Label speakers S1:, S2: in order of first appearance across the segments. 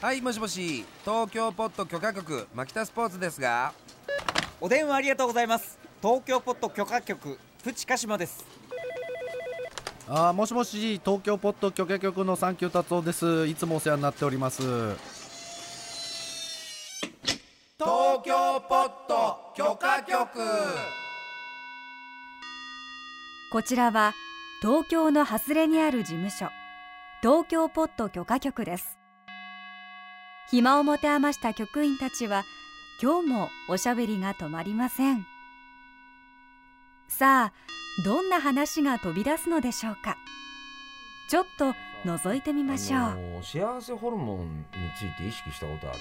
S1: はいもしもし東京ポット許可局牧田スポーツですが
S2: お電話ありがとうございます東京ポット許可局プチカシマです
S3: あーもしもし東京ポッド許可局のサンキュー達夫ですいつもお世話になっております
S1: 東京ポット許可局
S4: こちらは東京の外れにある事務所東京ポット許可局です暇を持て余した局員たちは今日もおしゃべりが止まりませんさあどんな話が飛び出すのでしょうかちょっと覗いてみましょう、
S5: あのー幸せホルモンについて意識したことある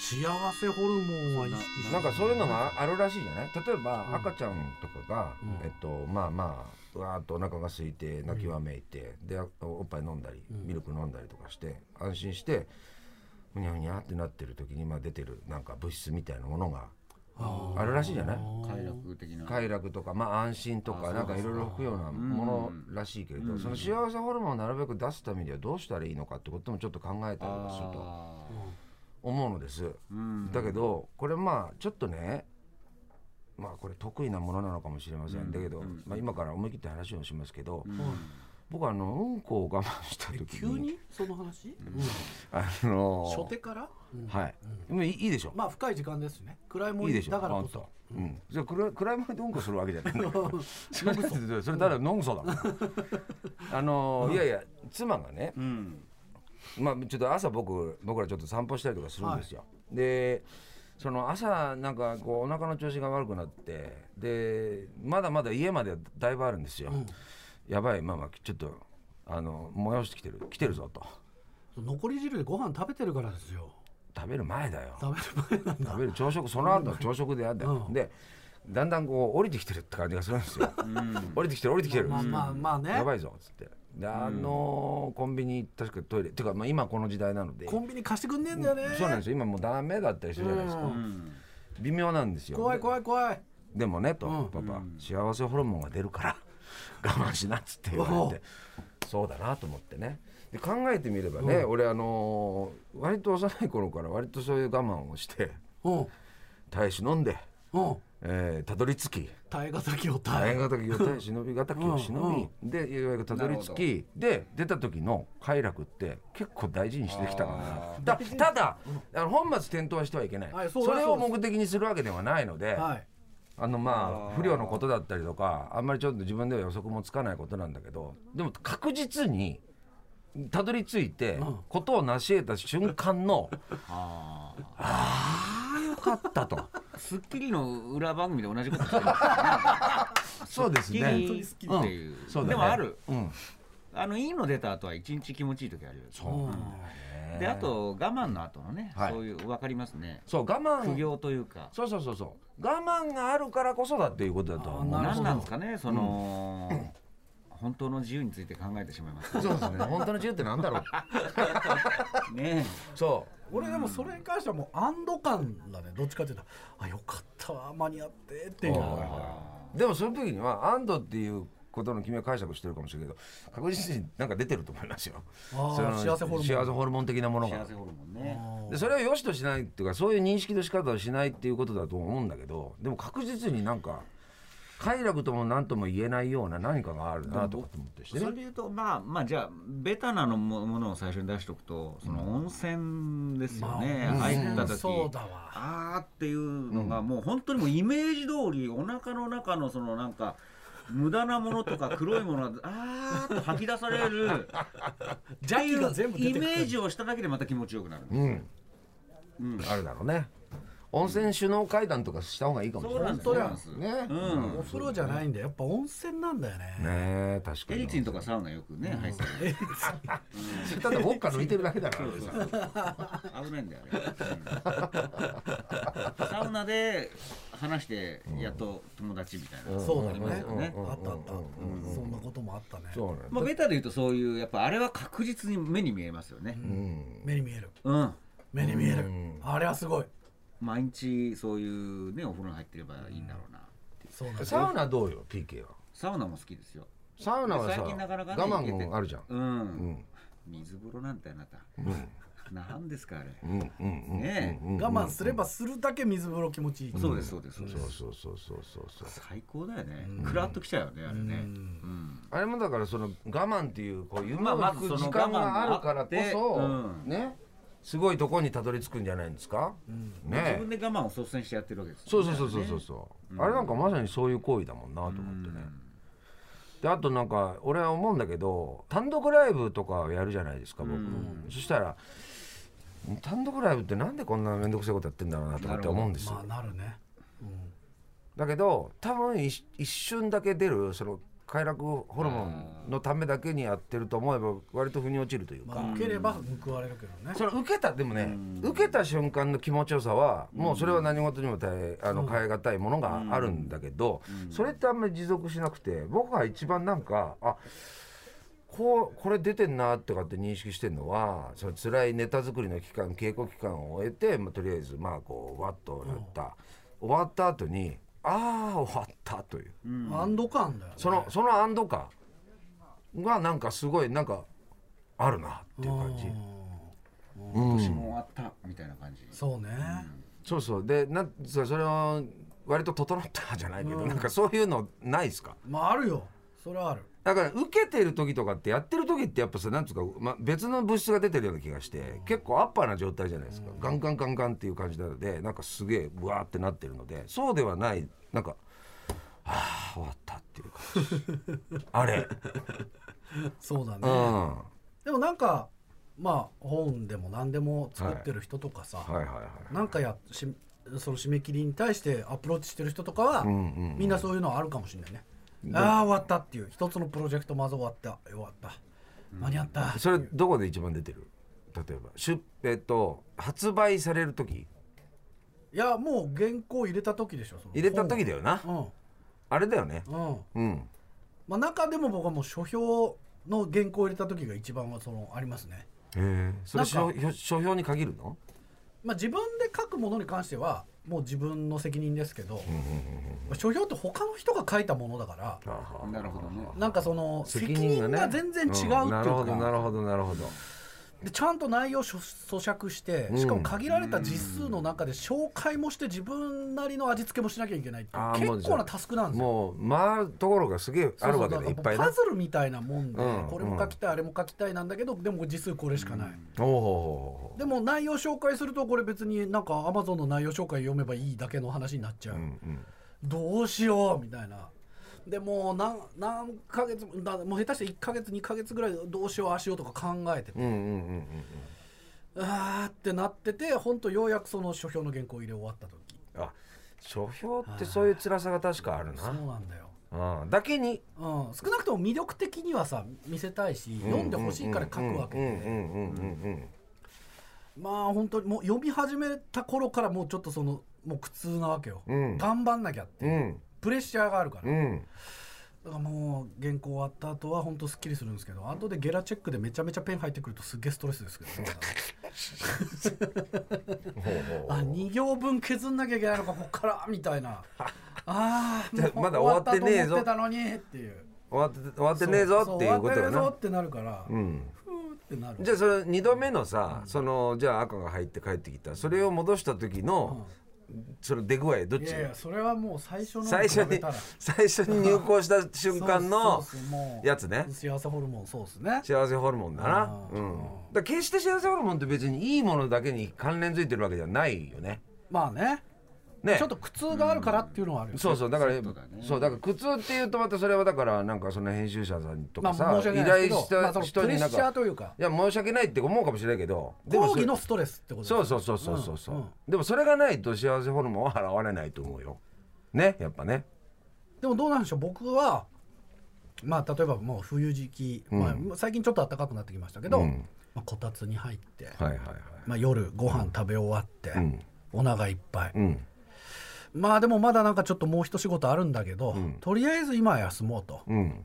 S6: 幸せホルモンは意識し
S5: なんかそういうのがああるらしいじゃない例えば
S6: うん
S5: 赤ちゃんとかが、
S6: うん
S5: えっとまあまあうわーっとお腹が空いて泣きわめいて、でおっぱい飲んだり
S6: うん
S5: ミルク飲んだりとかして安心してふにゃふにゃってなってる時に、まあ、出てるなんか物質みたいなものが
S6: あ
S5: あるらしいじゃない
S7: 快楽的な
S5: 快楽とか、まあ、安心とか
S7: あ
S5: なん
S7: そ
S5: か
S7: うで
S5: い
S7: す
S5: ろいろ含むようなものらしいけれど、
S7: うん
S5: その幸せホルモンをなるべく出すためにはどうしたらいいのかってこともちょっと考えたりとかすると
S7: あ
S5: 思うのです。
S7: ーうん
S5: だけどこれまあちょっとねまあこれ得意なものなのかもしれません、だけど、まあ、今から思い切って話をしますけど、僕はあのうんこを我慢した時に
S6: 急にその話、
S5: あ
S6: うん初
S5: の
S6: 手から、うん
S5: はい、もういいいいでしょ
S6: まあ深い時間ですね暗いも
S5: いいでしょ
S6: だからこ
S5: パン
S6: そ
S5: とうん、じゃあ暗い暗いものでうんこするわけじゃないそれだってそれ誰のんそだからあのいやいや妻がね、
S7: うん
S5: まあ、ちょっと朝僕僕らちょっと散歩したりとかするんですよ、でその朝なんかこうお腹の調子が悪くなってでまだまだ家までだいぶあるんですよ、やばいママちょっとあの催してきてる来てるぞと
S6: 残り汁でご飯食べてるからですよ
S5: 食べる前だよ
S6: 食べる前なんだ
S5: 食べる朝食その後は朝食でやんだよ、
S6: うん
S5: でだんだんこう降りてきてるって感じがするんですよ、降りてきてる降りてきてる
S6: まあまあまあね
S5: やばいぞっつってであのーコンビニ確かトイレっていうか、まあ、今この時代なので
S6: コンビニ貸してくんねえんだよね、
S5: そうなんですよ今もうダメだったりするじゃないですか、
S7: うん
S5: 微妙なんですよ
S6: 怖い怖
S5: い
S6: い怖い
S5: でもねと、
S6: うん
S5: パパ幸せホルモンが出るから 我慢しなっつって言われてそうだなと思ってねで考えてみればね、俺あのー割と幼い頃から割とそういう我慢をして
S6: うん
S5: 大使飲んで
S6: うん
S5: えーたど、り着き
S6: 耐え難きを
S5: 大
S6: 耐え
S5: 変敵を耐え忍び敵を忍び、でようやくたどり着きで出た時の快楽って結構大事にしてきたからだただ、あの本末転倒はしてはいけない、
S6: はいそ
S5: そう
S6: だ
S5: れ
S6: そ
S5: を
S6: うです
S5: 目的にするわけではないので、
S6: はい
S5: あのまあ不良のことだったりとかあんまりちょっと自分では予測もつかないことなんだけどでも確実にたどり着いてことを成し得た瞬間のああよかったと
S7: スッキリの裏番組で同じことし てるんですよ
S5: そうです
S7: ね
S5: ね。
S7: スッキリっていう
S5: そうだね
S7: でもある
S5: うん、
S7: あのいいの出た後は一日気持ちいい時あるよ
S5: そうなんだよね
S7: であと我慢の後のね
S5: はい
S7: そういう分かりますね
S5: そう我慢
S7: 苦行というか
S5: そうそうそうそう我慢があるからこそだっていうことだと思う
S6: あなるほ
S7: 何
S6: ど
S7: なんですかねその本当の自由について考えてしまいます
S5: そうですね本当の自由ってなんだ ろう
S7: ね
S5: そう
S6: 俺でもそれに関してはもう安堵感だねどっちかっていうとあよかったわ間に合ってっていう
S5: でもその時には安堵っていうことの君は解釈してるかもしれないけど確実になんか出てると思いますよ
S6: あー
S5: その
S6: 幸せホルモン
S5: 幸せホルモン的なもの
S7: 幸
S5: が
S7: せホルモンね
S5: でそれを良しとしないっていうかそういう認識の仕方をしないっていうことだと思うんだけどでも確実になんか快楽とも何とも言えないような何かがあるなとかと思ってして
S7: それ
S5: ね
S7: で言うとまあまあじゃあベタなのもものを最初に出しておくとその温泉ですよね、
S6: まあ
S7: 入った時、
S6: そうだわ
S7: あーっていうのがもう本当にもうイメージ通りお腹の中のそのなんか無駄なものとか黒いものがあーっと吐き出される
S6: 邪気が全部出て
S7: イ
S6: くる
S7: メージをしただけでまた気持ちよくなる
S5: うん、あるだろうね温泉首脳会談とかした方がいいかもしれない
S7: そうなんですす
S5: ねね
S7: うん
S6: お風呂じゃないんだよやっぱ温泉なんだよね
S5: え確か
S7: エ
S5: に
S7: リツィンとかサウナよくね入ってた
S6: え
S5: それただウォッカ抜いてるだけだか ら
S7: そうそうそう危ないんだよね、うんサウナで話してやっと友達みたいな、
S6: そうだ
S7: ありますよ
S6: ね
S7: ね、
S6: あったあったそんなこともあったね
S5: そうなんだ
S7: まあ、ベタで言うとそういうやっぱあれは確実に目に見えますよね
S5: うん
S6: 目に見える
S7: うん、
S6: 目に見える
S5: うん
S6: あれはすごい
S7: 毎日そういうねお風呂に入ってればいいんだろうな、
S6: そうなんだ
S5: サウナどうよ PK は
S7: サウナも好きですよ
S5: サウナは
S7: 最
S5: さ
S7: 近なかなかね
S5: 我
S7: 行けて
S5: 慢があるじゃん
S7: うん、
S5: うん
S7: 水風呂なんてあなたなんですかあれ。
S5: うんうんうん
S7: ね
S5: うんうん
S6: 我慢すればするだけ水風呂気持ちいい。
S7: そうですそうですそうです。
S5: そうそうそうそうそう
S7: 最高だよね。クラッときちゃうよねあれね。うん
S5: あれもだからその我慢っていうこう夢
S7: まあ
S5: を
S7: まず
S5: まく
S7: その
S5: 時間があるからこ
S7: 我
S5: そ、
S7: 慢があってうん
S5: ねすごいとこにたどり着くんじゃないんですか、
S7: 自
S5: ね
S7: 分で我慢を率先してやってるわけです
S5: そ
S7: よ
S5: う
S7: ね。
S5: そうそうそうそうそう、あれなんかまさにそういう行為だもんなと思ってね、であとなんか俺は思うんだけど単独ライブとかやるじゃないですか僕、そしたら単独ライブってなんでこんな面倒くさいことやってんだろうなとかって思うんですよ、
S6: まあなるね。
S5: だけど多分一一瞬だけ出るその快楽ホルモンのためだけにやってると思えば割と腑に落ちるというか、
S6: まあ受ければ報われるけどね。
S5: それ受けたでもね、受けた瞬間の気持ちよさはもうそれは何事にも耐えあの変え難いものがあるんだけど、それってあんまり持続しなくて僕が一番なんかあこうこれ出てんなとかって認識してるのはその辛いネタ作りの期間稽古期間を終えて、まあ、とりあえずまあこうわっとなった、終わった後にああ終わったという。
S6: 安堵感だよね。
S5: そのその安堵感がなんかすごいなんかあるなっていう感じ。うん
S7: 私も終わったみたいな感じ。
S6: そうね。
S5: そうそうでなんそそれは割と整ったじゃないけど、なんかそういうのないですか
S6: まああるよ。それはある。
S5: だから受けてる時とかってやってる時ってやっぱさなんつうか、ま、別の物質が出てるような気がして結構アッパーな状態じゃないですか、ガンガンガンガンっていう感じなのでなんかすげえうわーってなってるのでそうではないなんかああ終わったっていう 感じあれ
S6: そうだ
S5: うん
S6: ね。
S5: は
S6: でもなんかまあ本でも何でも作ってる人とかさ
S5: い、はいはい
S6: なんかやしその締め切りに対してアプローチしてる人とかは、
S5: んうんうん
S6: みんなそういうのはあるかもしれないね。ああ終わったっていう一つのプロジェクトまず終わった終わった間に合った。
S5: それどこで一番出てる例えば出えっと発売される時
S6: いやもう原稿入れた時でしょ。その
S5: 入れた時だよな
S6: 本を
S5: あれだよね
S6: うんうん。
S5: うん
S6: まあ中でも僕はもう書評の原稿入れた時が一番はそのありますね。
S5: へえそ
S6: な
S5: れ
S6: んか
S5: 書評書評に限るの
S6: まあ自分で書くものに関してはもう自分の責任ですけど、まあ書評って他の人が書いたものだから。
S7: なるほどね。
S6: なんかその責任が全然違うっていうか、
S5: んなるほどなるほどなるほど
S6: でちゃんと内容を咀咀嚼してしかも限られた実数の中で紹介もして自分なりの味付けもしなきゃいけないって
S5: あー
S6: い
S5: も
S6: う
S5: う
S6: 結構なタスクなんですよ。
S5: もう回るところがすげえあるわけ
S6: そう
S5: で
S6: そ
S5: いうっぱい
S6: だから
S5: な
S6: パズルみたいなもんで、
S5: うん
S6: これも書きたい、あれも書きたいなんだけどでも実数これしかない、
S5: おお
S6: でも内容紹介するとこれ別になんかアマゾンの内容紹介読めばいいだけの話になっちゃう、
S5: ーうん
S6: どうしようみたいな。でもう何何ヶ月もだもう下手して1ヶ月2ヶ月ぐらいどうしようああしようとか考えてて
S5: うんうんうんうんうん
S6: あーってなってて本当ようやくその書評の原稿を入れ終わった時
S5: あ書評ってそういう辛さが確かある
S6: そう
S5: な
S6: なんだよ、
S5: うんだけに
S6: うん、少なくとも魅力的にはさ見せたいし、読んでほしいから書くわけで、
S5: うんうんうんうんうんうん
S6: まあ本当にもう読み始めた頃からもうちょっとそのもう苦痛なわけよ、
S5: ん
S6: 頑張んなきゃっていう、
S5: うん
S6: プレッシャーがあるから、
S5: うん
S6: だからもう原稿終わった後は本当すっきりするんですけど後でゲラチェックでめちゃめちゃペン入ってくるとすっげえストレスですけどね
S5: ほうほう
S6: あ2行分削んなきゃいけないのかこっからみた いなあ
S5: じゃ
S6: ー
S5: あまだ終わってねえぞ
S6: 終わったと思ってたのにっていう
S5: 終わって終わってねえぞっていうこと
S6: そう終わってね
S5: よ
S6: えぞ
S5: な
S6: ってなるから、
S5: うん
S6: ふーってなる
S5: じゃあその2度目のさ、そのじゃあ赤が入って帰ってきたそれを戻した時の、その出具合どっ
S6: い
S5: ち
S6: やいやそれはもう最初の
S5: 最初に最初に入校した瞬間のやつね
S6: 幸せホルモンそうですね
S5: 幸せホルモンだなうんだから決して幸せホルモンって別にいいものだけに関連づいてるわけじゃないよね
S6: まあね
S5: ね
S6: ちょっと苦痛があるからっていうのはあるよ、
S5: そうそうだから
S7: ットだね
S5: そうだから苦痛っていうとまたそれはだからなんかその編集者さんと
S6: まあ
S5: かさ、
S6: 申し訳
S5: 依
S6: ないで
S5: 頼
S6: すけ
S5: し、
S6: どまあ、そ
S5: た
S6: の
S5: 人
S6: プレ
S5: にな
S6: ッ
S5: ん
S6: シャ
S5: か
S6: ーというか
S5: いや申し訳ないって思うかもしれないけどでも
S6: 抗
S5: それ
S6: 議のストレスってことです
S5: そう
S6: ね
S5: そうそうそうそうそう、
S6: うんうん
S5: でもそれがないと幸せホルモンは現れないと思うよねやっぱね
S6: でもどうなんでしょう僕はまあ例えばもう冬時期、まあ、最近ちょっと暖かくなってきましたけど、
S5: うん
S6: まあ、こたつに入って、
S5: はいはいはい
S6: まあ、夜ご飯食べ終わって、
S5: ん
S6: お腹いっぱい、
S5: うん
S6: まあでもまだなんかちょっともう一仕事あるんだけど、とりあえず今は休もうと
S5: うん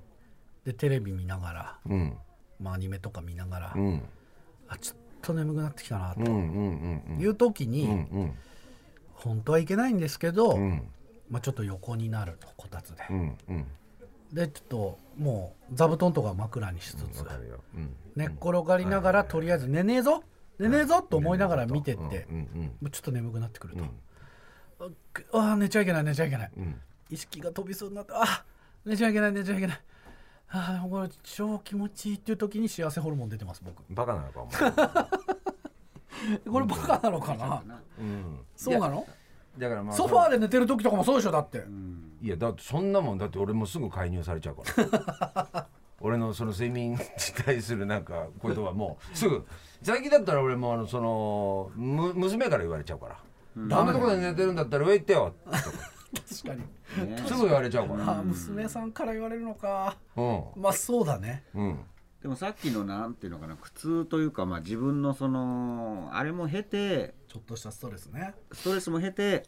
S6: でテレビ見ながら、
S5: うん
S6: まあ、アニメとか見ながら、
S5: うん
S6: あちょっと眠くなってきたな
S5: うんう
S6: と
S5: んうん
S6: いう時に、
S5: うんうん
S6: 本当はいけないんですけど、
S5: うん
S6: まあ、ちょっと横になるとこたつで、
S5: うんうん
S6: でちょっともう座布団とか枕にしつつ、
S5: わかるようん
S6: 寝っ転がりながら、とりあえず寝ねえぞで寝ぞっと思いながら見てって、
S5: うんうん
S6: もうちょっと眠くなってくると、
S5: うん
S6: ああ寝ちゃいけない寝ちゃいけない、
S5: うん
S6: 意識が飛びそうになってあ寝ちゃいけない寝ちゃいけないああでもこれ超気持ちいいっていう時に幸せホルモン出てます僕
S5: バカなのかお前
S6: これバカなのかな、
S5: うん
S6: そうなの
S5: だからまあ
S6: ソファーで寝てる時とかもそうでしょだって、
S5: いやだってそんなもんだって俺もすぐ介入されちゃうから 俺のその睡眠に対するなんかことはもうすぐ最近だったら俺もあのそのむ娘から言われちゃうから「あんなとこで寝てるんだったら上行ってよ」
S6: 確かに、
S5: すぐ言われちゃう から
S6: ああ娘さんから言われるのか
S5: うん
S6: まあそうだね
S5: うん
S7: でもさっきのなんていうのかな苦痛というか、まあ、自分のそのあれも経て
S6: ちょっとしたストレスね
S7: ストレスも経て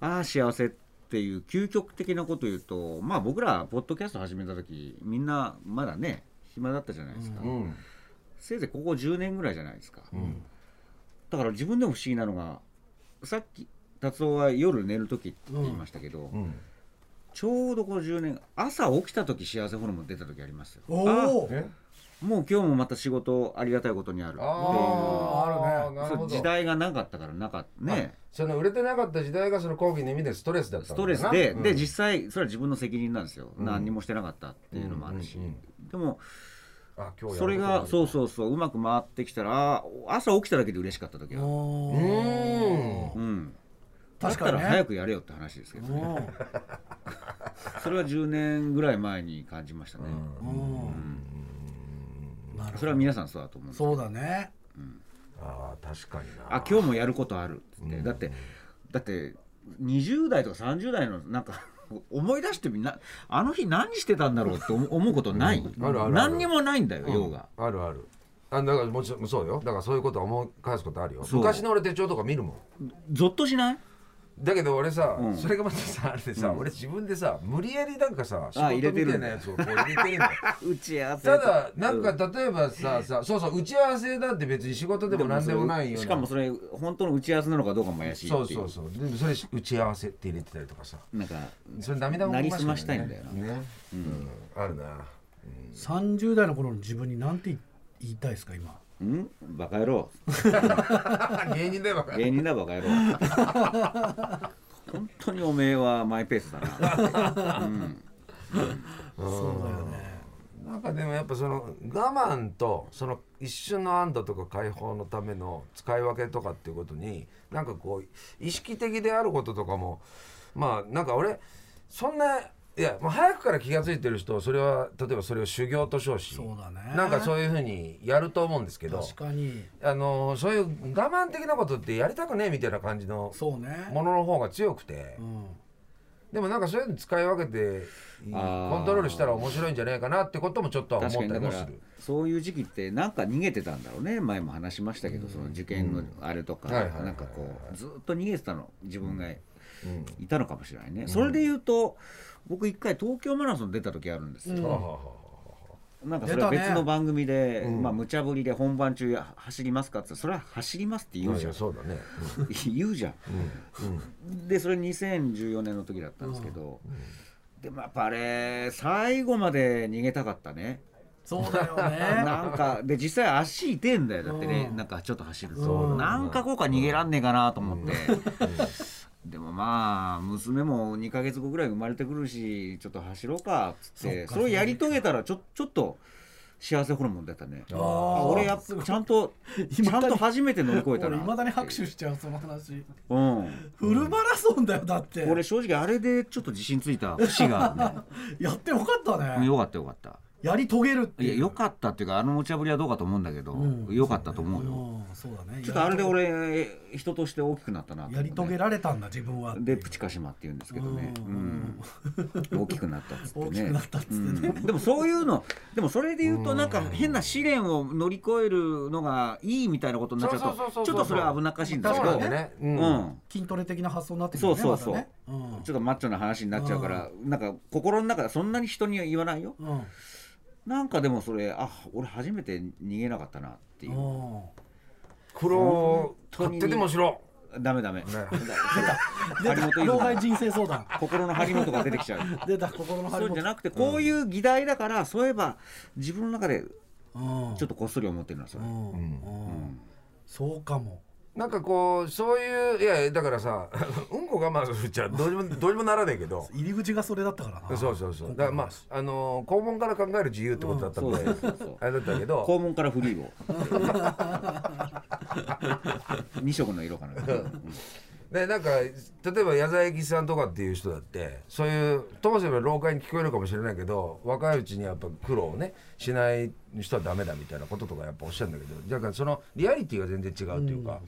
S7: ああ幸せっていう究極的なこと言うとまあ僕らポッドキャスト始めた時みんなまだね暇だったじゃないですか、
S5: うん
S7: せいぜいここ10年ぐらいじゃないですか、だから自分でも不思議なのがさっき達夫は夜寝る時って言いましたけど、
S5: うん
S7: ちょうどこの10年朝起きた時幸せホルモン出た時ありますよ
S6: お
S7: あ
S6: お
S5: え
S7: もう今日もまた仕事ありがたいことにあるっていう
S5: あー
S6: あー
S5: なる
S7: そ
S5: ほ
S7: う
S5: ど
S7: 時代がなかったからなかったね
S5: その売れてなかった時代がその講義の意味でストレスだった
S7: ス
S5: んだ
S7: ト
S5: な
S7: レスで、
S5: うん
S7: で実際それは自分の責任なんですよ、
S5: うん
S7: 何にもしてなかったっていうのもあるし、
S5: うんうん
S7: でも
S5: あ今日やること
S7: それがそう
S5: う
S7: そうそううまく回ってきたらあー朝起きただけで嬉しかった時は
S5: う
S6: お
S5: ー
S7: う
S5: ん
S7: ん
S6: 確か
S7: だ
S6: にね
S7: ったら早くやれよって話ですけどねそれは10年ぐらい前に感じましたね、
S6: なる
S7: それ
S6: ほど
S7: は皆さんそうだと思うんです
S6: そうだね
S5: あー確かにな
S7: あ今日もやることあるっつって、だってだって20代とか30代のなんか 思い出してみんなあの日何してたんだろうって 思思うことない、
S5: んあるあるある
S7: 何にもないんだよ、用が
S5: あるあるあだからもちろんそうよだからそういうことは思い返すことあるよ
S7: そう
S5: 昔の俺手帳とか見るもん
S7: ゾッとしない
S5: だけど俺さ、
S7: うん
S5: それがまたさあれでさ、俺自分でさ無理やりなんかさ仕事
S7: 入
S5: み
S7: れてる
S5: たいなやつをこう入れてる んだよ
S7: 打ち合わせ
S5: ただなんか例えばささそうそう打ち合わせだって別に仕事でも何でもないような
S7: しかもそれ本当の打ち合わせなのかどうかも怪しいってい
S5: そうそうそうでもそれ打ち合わせって入れてたりとかさ
S7: なんか
S5: それ涙も
S7: な
S5: こ
S7: り
S5: ますし
S7: ましたいんだよな、
S5: ねね、うんあるな
S6: 30代の頃の自分に何て言いたいですか今
S7: うんバカ野郎
S5: 芸人だよ
S7: 芸人だバカ野郎 本当におめえはマイペースだな
S6: そうだよね
S5: なんかでもやっぱその我慢とその一瞬の安堵とか解放のための使い分けとかっていうことになんかこう意識的であることとかもまあなんか俺そんないやもう早くから気が付いてる人それは例えばそれを修行と称し
S6: そうだね
S5: なんかそういうふうにやると思うんですけど
S6: 確かに
S5: あのそういう我慢的なことってやりたくねえみたいな感じの
S6: そうね
S5: ものの方が強くて
S6: う。ん
S5: でもなんかそういうの使い分けて
S7: あー
S5: コントロールしたら面白いんじゃないかなってこともちょっとは思っ
S7: 確
S5: た
S7: か
S5: り
S7: にだ
S5: も
S7: か
S5: す
S7: ら
S5: る。
S7: そういう時期ってなんか逃げてたんだろうね前も話しましたけど、その受験のあれとか、
S5: うんはいはいはい
S7: なんかこうずっと逃げてたの自分がい
S5: うん
S7: たのかもしれないね、それで言うと僕一回東京マラソン出た時あるんですよ、
S5: はあはあはあ
S7: なんかそれは
S6: 出たね
S7: 別の番組で、
S5: うん
S7: まあ無茶ぶりで本番中や走りますかって言ったらそれは走りますって言うじゃん、
S5: そうだね。
S7: 言うじゃん
S5: うんうん
S7: でそれ2014年の時だったんですけど、でもやっぱあれ最後まで逃げたかったね
S6: そうだよね
S7: なんかで実際足痛えんだよだってね、
S6: うん
S7: なんかちょっと走ると、
S5: そうだ
S7: な
S5: な
S7: んかこうか逃げらんねえかなと思って、 でもまあ娘も2ヶ月後ぐらい生まれてくるしちょっと走ろうかっつって
S6: そっか
S7: それをやり遂げたらちょちょっと幸せホルモン出たね
S5: あ
S7: あ俺やっ
S6: すごい
S7: ちゃん とちゃんと初めて乗り越えた
S6: 俺
S7: ない
S6: まだに拍手しちゃうその話
S7: うん
S6: フルマラソンだよだって
S7: 俺正直あれでちょっと自信ついた節があ る
S6: やってよかった
S7: ね
S6: ね
S7: よかったよかった
S6: やり遂げるって
S7: いや
S6: いう
S7: よかったっていうかあの無茶ぶりはどうかと思うんだけど、
S6: うん
S7: よかったと思うよ、
S6: うんそうだね
S7: ちょっとあれで俺人として大きくなったなと思
S6: や
S7: って
S6: り遂げられたんだ自分は
S7: でプチカシマって言うんですけどね、
S6: う
S7: うんん、大きくなったっつってね
S6: 大きくなったっつってね
S7: うんでもそういうのでもそれで言うとなんか変な試練を乗り越えるのがいいみたいなことになっちゃう
S5: そうそうそうそ
S7: と
S5: う
S7: ちょっとそれは危なっかしいんです
S5: そ
S7: け
S5: う
S7: ど
S5: なんだね。う。
S7: うんん
S6: 筋トレ的な発想になってくるね
S7: そうそうそう
S6: またねうん
S7: ちょっとマッチョな話になっちゃうから、なんか心の中でそんなに人には言わないよ
S6: うん
S7: なんかでもそれあ俺初めて逃げなかったなっていう、
S6: うん
S5: 黒
S7: 本当
S5: 買っ
S7: に
S5: てても白。
S7: ダメダ メ、
S5: ね
S7: 出た張本
S6: 老
S7: が
S6: 害人生相談
S7: 心の張本が出てきちゃう
S6: 出た心の張
S7: そ
S6: り
S7: うじゃ
S6: 本
S7: なくてこういう議題だから、そういえば自分の中で
S6: うん
S7: ちょっとこっそり思ってるなそれ、
S6: うんうんそうかも
S5: なんかこうそういういやいやだからさ うんこ我慢するっちゃどうにもどうにもならないけど
S6: 入り口がそれだったからな
S5: そうそうそうだからまああのー肛門から考える自由ってことだったんで、
S7: うんそうそうそう
S5: あれだったけど
S7: 肛門からフリーを 二色の色かな、うん
S5: でなんか例えば矢沢永吉さんとかっていう人だってそういうともすれば老化に聞こえるかもしれないけど若いうちにやっぱ苦労をねしない人はダメだみたいなこととかやっぱおっしゃるんだけどだからそのリアリティが全然違うというか、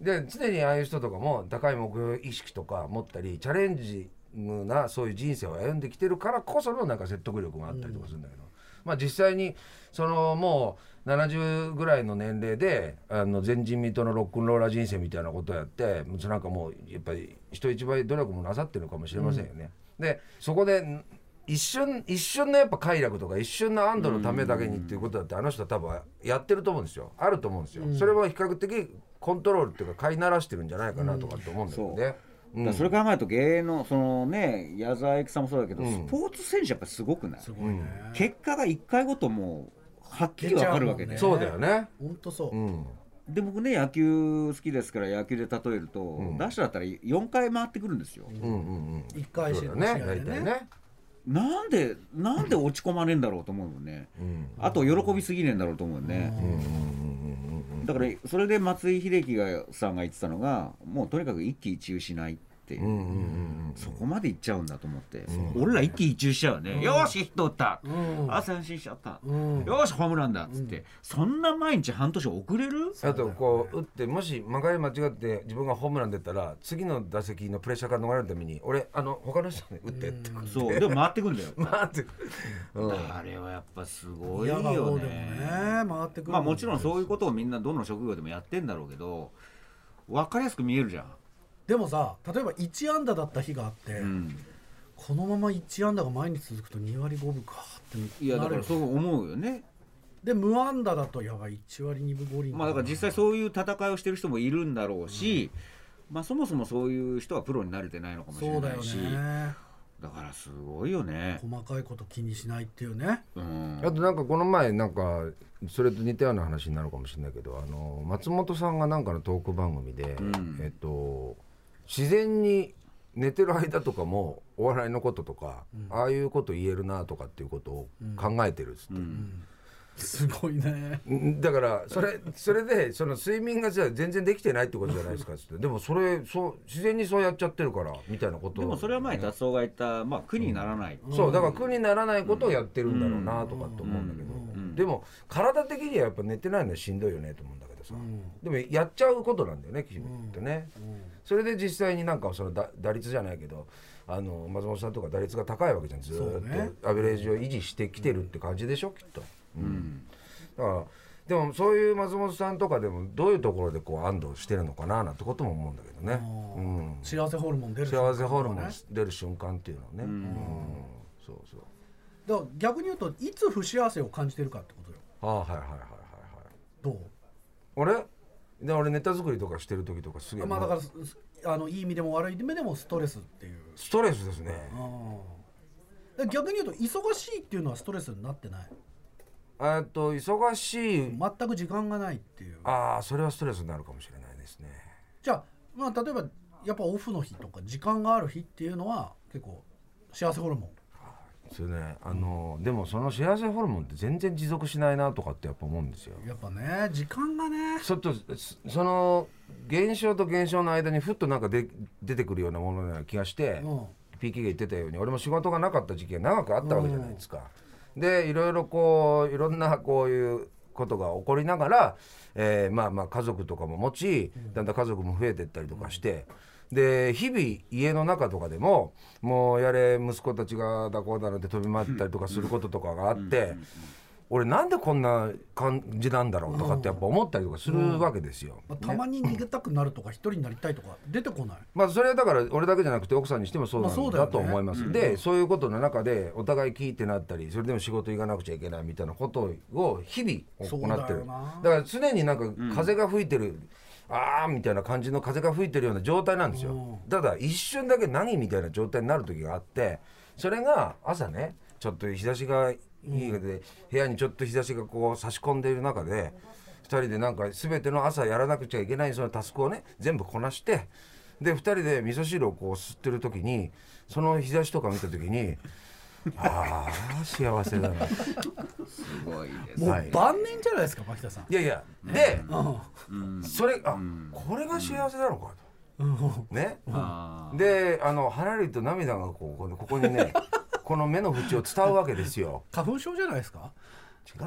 S5: で常にああいう人とかも高い目標意識とか持ったりチャレンジなそういう人生を歩んできてるからこそのなんか説得力があったりとかするんだけど。まあ、実際にそのもう70ぐらいの年齢であの前人未到のロックンローラー人生みたいなことをやってもうなんかもうやっぱり人一倍努力もなさってるのかもしれませんよね。でそこで一瞬一瞬のやっぱ快楽とか一瞬の安堵のためだけにっていうことだってあの人は多分やってると思うんですよあると思うんですよ、それは比較的コントロールっていうか飼いならしてるんじゃないかなとかって思うんだけどね。
S7: だからそれ考えると芸能そのね矢沢永吉さんもそうだけど、スポーツ選手やっぱすごくない結果が1回ごともうはっきり分かるわけで、
S6: 出ちゃ
S5: そうだよね、
S6: 本当そう、
S5: うん
S7: で僕ね野球好きですから野球で例えると、打者だったら4回回ってくるんですよ、
S5: うんうんうん
S6: 一回
S5: そ
S6: 戦
S5: う
S6: の
S5: だ
S6: 試
S5: ね
S6: 合で
S5: 大
S6: ね
S5: 体ね、
S7: なんでなんで落ち込まねえんだろうと思うもんね、
S5: うん、
S7: あと喜びすぎねえんだろうと思うよね、だからそれで松井秀喜がさんが言ってたのがもうとにかく一喜一憂しないっていう、そこまでいっちゃうんだと思って、俺ら一喜一憂しちゃうよね、よーしヒット打った、あ三振しちゃった、よーしホームランだっつって、そんな毎日半年遅れる
S5: あとこう打ってもし曲がり間違って自分がホームラン出たら次の打席のプレッシャーから逃れるために俺あの他の人に打ってってこ
S7: そうでも 回ってくんだよ
S5: う回って
S7: あれはやっぱすごい
S6: 嫌が
S7: よ
S6: 方でも
S7: ね
S6: ね回ってくる
S7: まあもちろんそういう
S6: と
S7: ことをみんなどの職業でもやってんだろうけど分かりやすく見えるじゃん、
S6: でもさ例えば1安打だった日があって、
S7: うん、
S6: このまま1安打が毎日続くと2割5分かって
S7: いやだか
S6: な
S7: ら
S6: る
S7: そう思うよね
S6: で無安打だとやばい1割2分5厘
S7: まあだから実際そういう戦いをしてる人もいるんだろうし、まあそもそもそういう人はプロに慣れてないのかもし
S6: そ
S7: れ
S6: うだ
S7: な
S6: よ
S7: いし
S6: ね
S7: だからすごいよね。
S6: 細かいこと気にしないっていうね
S7: うん
S5: あとなんかこの前なんかそれと似たような話になるかもしれないけどあの松本さんがなんかのトーク番組で、
S7: ん
S5: えっと自然に寝てる間とかもお笑いのこととか、ああいうこと言えるなとかっていうことを考えてるっつって、
S6: すごいね
S5: うんだからそれそれでその睡眠がじゃあ全然できてないってことじゃないですかっつってでもそれそう自然にそうやっちゃってるからみたいなこと
S7: でもそれは前達夫が言った、まあ、苦にならない、
S5: そうだから苦にならないことをやってるんだろうなとかって思うんだけど、でも体的にはやっぱ寝てないのはしんどいよねと思うんだけどさ、でもやっちゃうことなんだよね君ってね、それで実際になんかその打打率じゃないけどあの松本さんとか打率が高いわけじゃんずー
S6: そうね
S5: っとアベレージを維持してきてるって感じでしょきっと。だからでもそういう松本さんとかでもどういうところでこう安堵してるのかななんてことも思うんだけどね、うん、
S6: 幸せホルモン出る
S5: 幸せホルモン出る瞬間っていうのはね、うんそうそう
S6: だから逆に言うといつ不幸せを感じてるかってことよ
S5: ああはいはいはいはいはい
S6: どう
S5: 俺で俺ネタ作りとかしてる時とかすげえ、
S6: まあだからすすあのいい意味でも悪い意味でもストレスっていう
S5: ストレスですね
S6: だから逆に言うと忙しいっていうのはストレスになってない
S5: えっと忙しい
S6: 全く時間がないっていう
S5: ああそれはストレスになるかもしれないですね
S6: じゃあまあ例えばやっぱオフの日とか時間がある日っていうのは結構幸せホルモン
S5: それねあのでもその幸せホルモンって全然持続しないなとかってやっぱ思うんですよ
S6: やっぱね時間がね
S5: ちょっとそその現象と現象の間にふっとなんかで出てくるようなもののような気がして、
S6: うん
S5: PK が言ってたように俺も仕事がなかった時期が長くあったわけじゃないですか。でいろいろこういろんなこういうことが起こりながら、えーまあまあ家族とかも持ちだんだん家族も増えてったりとかして。で日々家の中とかでももうやれ息子たちがだこうだなんて飛び回ったりとかすることとかがあって俺なんでこんな感じなんだろうとかってやっぱ思ったりとかするわけですよ。
S6: まあたまに逃げたくなるとか一人になりたいとか出てこない
S5: まあそれはだから俺だけじゃなくて奥さんにしてもそう
S6: まあそ
S5: なん
S6: うだよ
S5: だ
S6: ね
S5: と思います、でそういうことの中でお互い聞いてなったりそれでも仕事行かなくちゃいけないみたいなことを日
S6: そう
S5: 々
S6: だ
S5: 行ってる
S6: よな
S5: だから常になんか風が吹いてる、あーみたいな感じの風が吹いてるような状態なんですよただ一瞬だけ何みたいな状態になる時があってそれが朝ねちょっと日差しがいいので、部屋にちょっと日差しがこう差し込んでいる中で2人でなんか全ての朝やらなくちゃいけないそのタスクをね全部こなしてで2人で味噌汁をこう吸ってる時にその日差しとか見た時にああ幸せだな。
S7: すごいです
S6: も
S5: は
S6: う
S5: い
S6: 晩年じゃないですか牧田さん
S5: いやいやで、
S7: うん
S5: それあ、これが幸せなのかと、ね、
S7: あー
S5: であのはらりと涙がこうこのここにねこの目の縁を伝うわけですよ
S6: 花粉症じゃないですか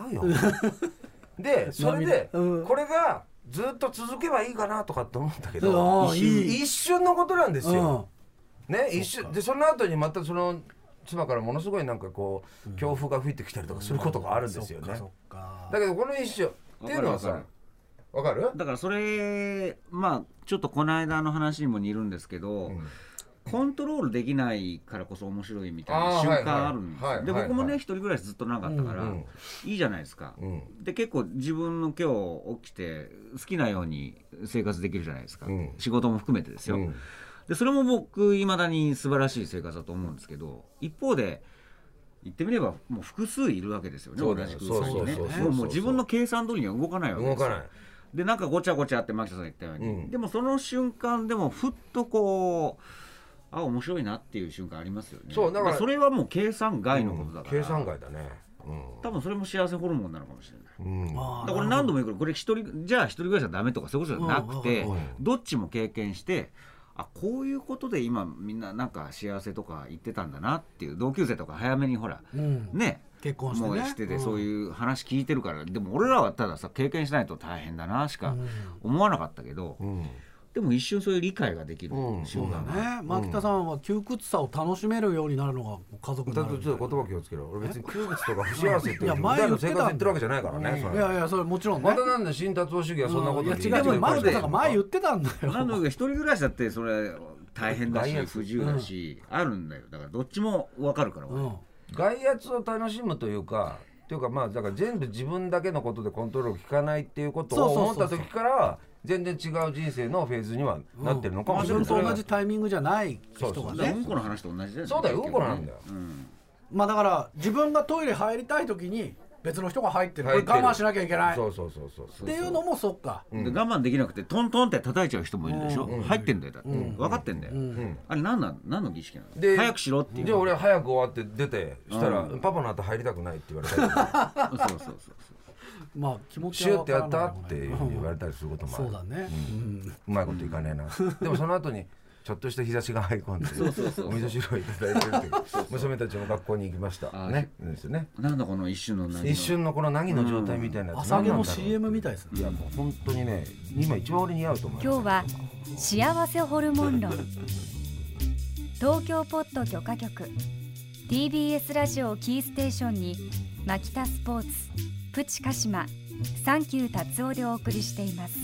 S5: 違うよでそれで、
S6: 涙うん
S5: これがずっと続けばいいかなとかって思ったけ
S6: あ
S5: ど
S6: あ
S5: 一
S6: いい
S5: 瞬一瞬のことなんです
S6: うん
S5: よ、ね一瞬でその後にまたその妻からものすごいなんかこう強風が吹いてきたりとかすることがあるんですよね、
S6: そっか
S5: だけどこの一瞬っていうのは
S7: わか
S5: さ
S7: る
S5: わかる
S7: だからそれまあちょっとこの間の話にも似るんですけど、コントロールできないからこそ面白いみたいな
S5: あー
S7: 瞬
S5: はい
S7: 間あるんですよ、
S5: はいはい
S7: で
S5: はい
S7: 僕もね一人暮らしずっとなかったから、
S5: うん
S7: いいじゃないですか、
S5: うん
S7: で結構自分の今日起きて好きなように生活できるじゃないですか、
S5: うん
S7: 仕事も含めてですよ、
S5: うん
S7: でそれも僕いまだに素晴らしい生活だと思うんですけど一方で言ってみればもう複数いるわけですよね
S5: そ
S7: 同
S5: うだよ
S7: じ
S5: そう
S7: 空
S5: そう
S7: 間に
S5: そう
S7: ね
S5: そう
S7: もうもう自分の計算通りには動かないわけです
S5: 動
S7: よ
S5: かない
S7: でなんかごちゃごちゃって牧田さんが言ったように、
S5: うん
S7: でもその瞬間でもふっとこうあ面白いなっていう瞬間ありますよね
S5: そうだから
S7: まあそれはもう計算外のことだから、
S5: 計算外だね
S7: 多分それも幸せホルモンなのかもしれない
S5: うん、うん、
S6: あ
S7: だからこれ何度も言うけどこれ一人じゃあ一人暮らしはダメとかそういうことじゃなくて
S5: うんうんうん
S7: どっちも経験してあこういうことで今みんななんか幸せとか言ってたんだなっていう同級生とか早めにほら
S6: うん
S7: ね
S6: 結婚してね
S7: もうしててそう
S6: う
S7: いう話聞いてるからでも俺らはたださ経験しないと大変だなしか思わなかったけど
S5: うん
S7: でも一瞬そういう理解ができる
S5: うん
S7: 瞬間が
S6: ね牧田さんは窮屈さを楽しめるようになるのが家族に
S5: だ
S6: な
S5: っ
S6: る
S5: てちょっと言葉気をつけろ俺別に窮屈とか不幸せって
S6: い
S5: い
S6: や
S5: う
S6: 前
S5: 普
S6: 言
S5: 段の生活言っ
S6: ってたんだ
S5: てるわけじゃないからねそ
S6: い
S5: れ
S6: やいやそれもちろんね
S5: またなんで新達夫主義はそんなこと
S6: うんいや違
S5: 言
S6: う
S5: って
S6: 違う
S5: る
S6: 牧田さんが前言
S5: っ
S6: ってたんだよ
S7: なので一人暮らしだってそれ大変だし
S5: 外圧
S7: 不自由だしあるんだよだからどっちも分かるから俺
S6: うん
S5: 外圧を楽しむというかというかまあだから全部自分だけのことでコントロール効かないっていうこと
S6: そうそう
S5: を
S6: そう
S5: 思った時から全然違う人生のフェーズにはなってるのかもし
S6: 自
S5: れない
S6: 分
S5: そ
S6: と
S5: れ
S6: 同
S5: が
S6: じタイミングじゃない人
S5: そ
S6: が
S5: う
S7: だから
S6: ね
S7: うんこの話と同じだよね
S5: そうだようんこなんだよ
S7: 結局ねうん
S6: まあだから自分がトイレ入りたい時に別の人が入ってるこれ
S5: 入ってる
S6: 我慢しなきゃいけない
S5: そ
S6: っ
S5: うそうそうそう
S6: ていうのもそっか
S7: で我慢できなくてトントンって叩いちゃう人もいるでしょ、入ってんだよだって、分かってんだよ、あれ何なん何の儀式なの
S5: で
S7: 早くしろっていう
S5: で俺早く終わって出てしたら
S7: う
S5: 「パパの後入りたくない」って言われたりとか
S7: そうそうそうそう
S6: まあ気持 ち
S5: シューってやった
S6: は
S5: っ
S6: 分か
S5: て
S6: らない
S5: いうふうに言われたりすることもある
S6: そうだね
S5: うまいこといかねえな、でもその後にちょっとした日差しが入り込んでお味噌汁をいただいてるっていう娘たちも学校に行きました
S7: あー
S5: ねですよね
S7: なんだこの一瞬の何
S5: 一瞬のこの凪の状態みたいなやつ
S6: 朝
S5: 何
S6: 毛
S5: なん
S6: の
S5: だろう
S6: CM みたいです
S5: い
S6: ね
S5: やもう本当にね今一番俺に合うと思います
S4: 今日は幸せホルモン論東京ポッド許可局 TBS ラジオをキーステーションにマキタスポーツプチカシマサンキュー達夫でお送りしています